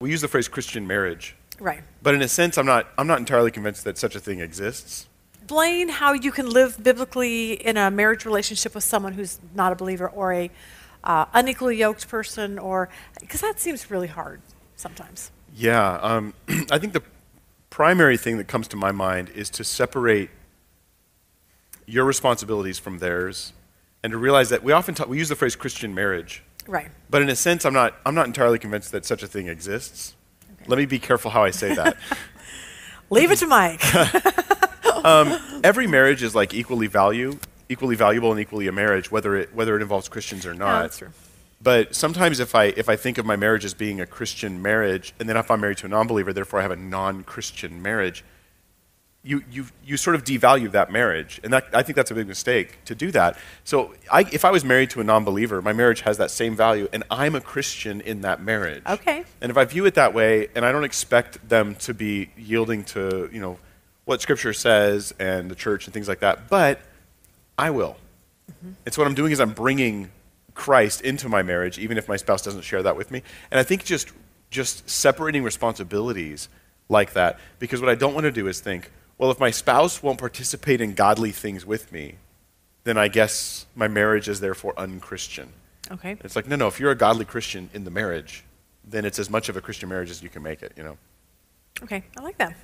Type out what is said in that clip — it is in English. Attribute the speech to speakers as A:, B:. A: we use the phrase Christian marriage,
B: Right.
A: but in a sense, I'm not, I'm not entirely convinced that such a thing exists.
B: Explain how you can live biblically in a marriage relationship with someone who's not a believer or a uh, unequally yoked person, or because that seems really hard sometimes.
A: Yeah, um, I think the primary thing that comes to my mind is to separate your responsibilities from theirs, and to realize that we often ta- we use the phrase Christian marriage,
B: Right.
A: but in a sense, I'm not, I'm not entirely convinced that such a thing exists. Let me be careful how I say that.
B: Leave it to Mike.
A: Every marriage is like equally value, equally valuable, and equally a marriage, whether it whether it involves Christians or not.
B: that's true.
A: But sometimes, if I if I think of my marriage as being a Christian marriage, and then if I'm married to a non-believer, therefore I have a non-Christian marriage, you you you sort of devalue that marriage, and that, I think that's a big mistake to do that. So, I, if I was married to a non-believer, my marriage has that same value, and I'm a Christian in that marriage.
B: Okay.
A: And if I view it that way, and I don't expect them to be yielding to you know what Scripture says and the church and things like that, but I will. And so what I'm doing is I'm bringing Christ into my marriage, even if my spouse doesn't share that with me. And I think just just separating responsibilities like that, because what I don't want to do is think, well, if my spouse won't participate in godly things with me, then I guess my marriage is therefore unchristian.
B: Okay.
A: It's like, no, no, if you're a godly Christian in the marriage, then it's as much of a Christian marriage as you can make it, you know?
B: Okay. I like that.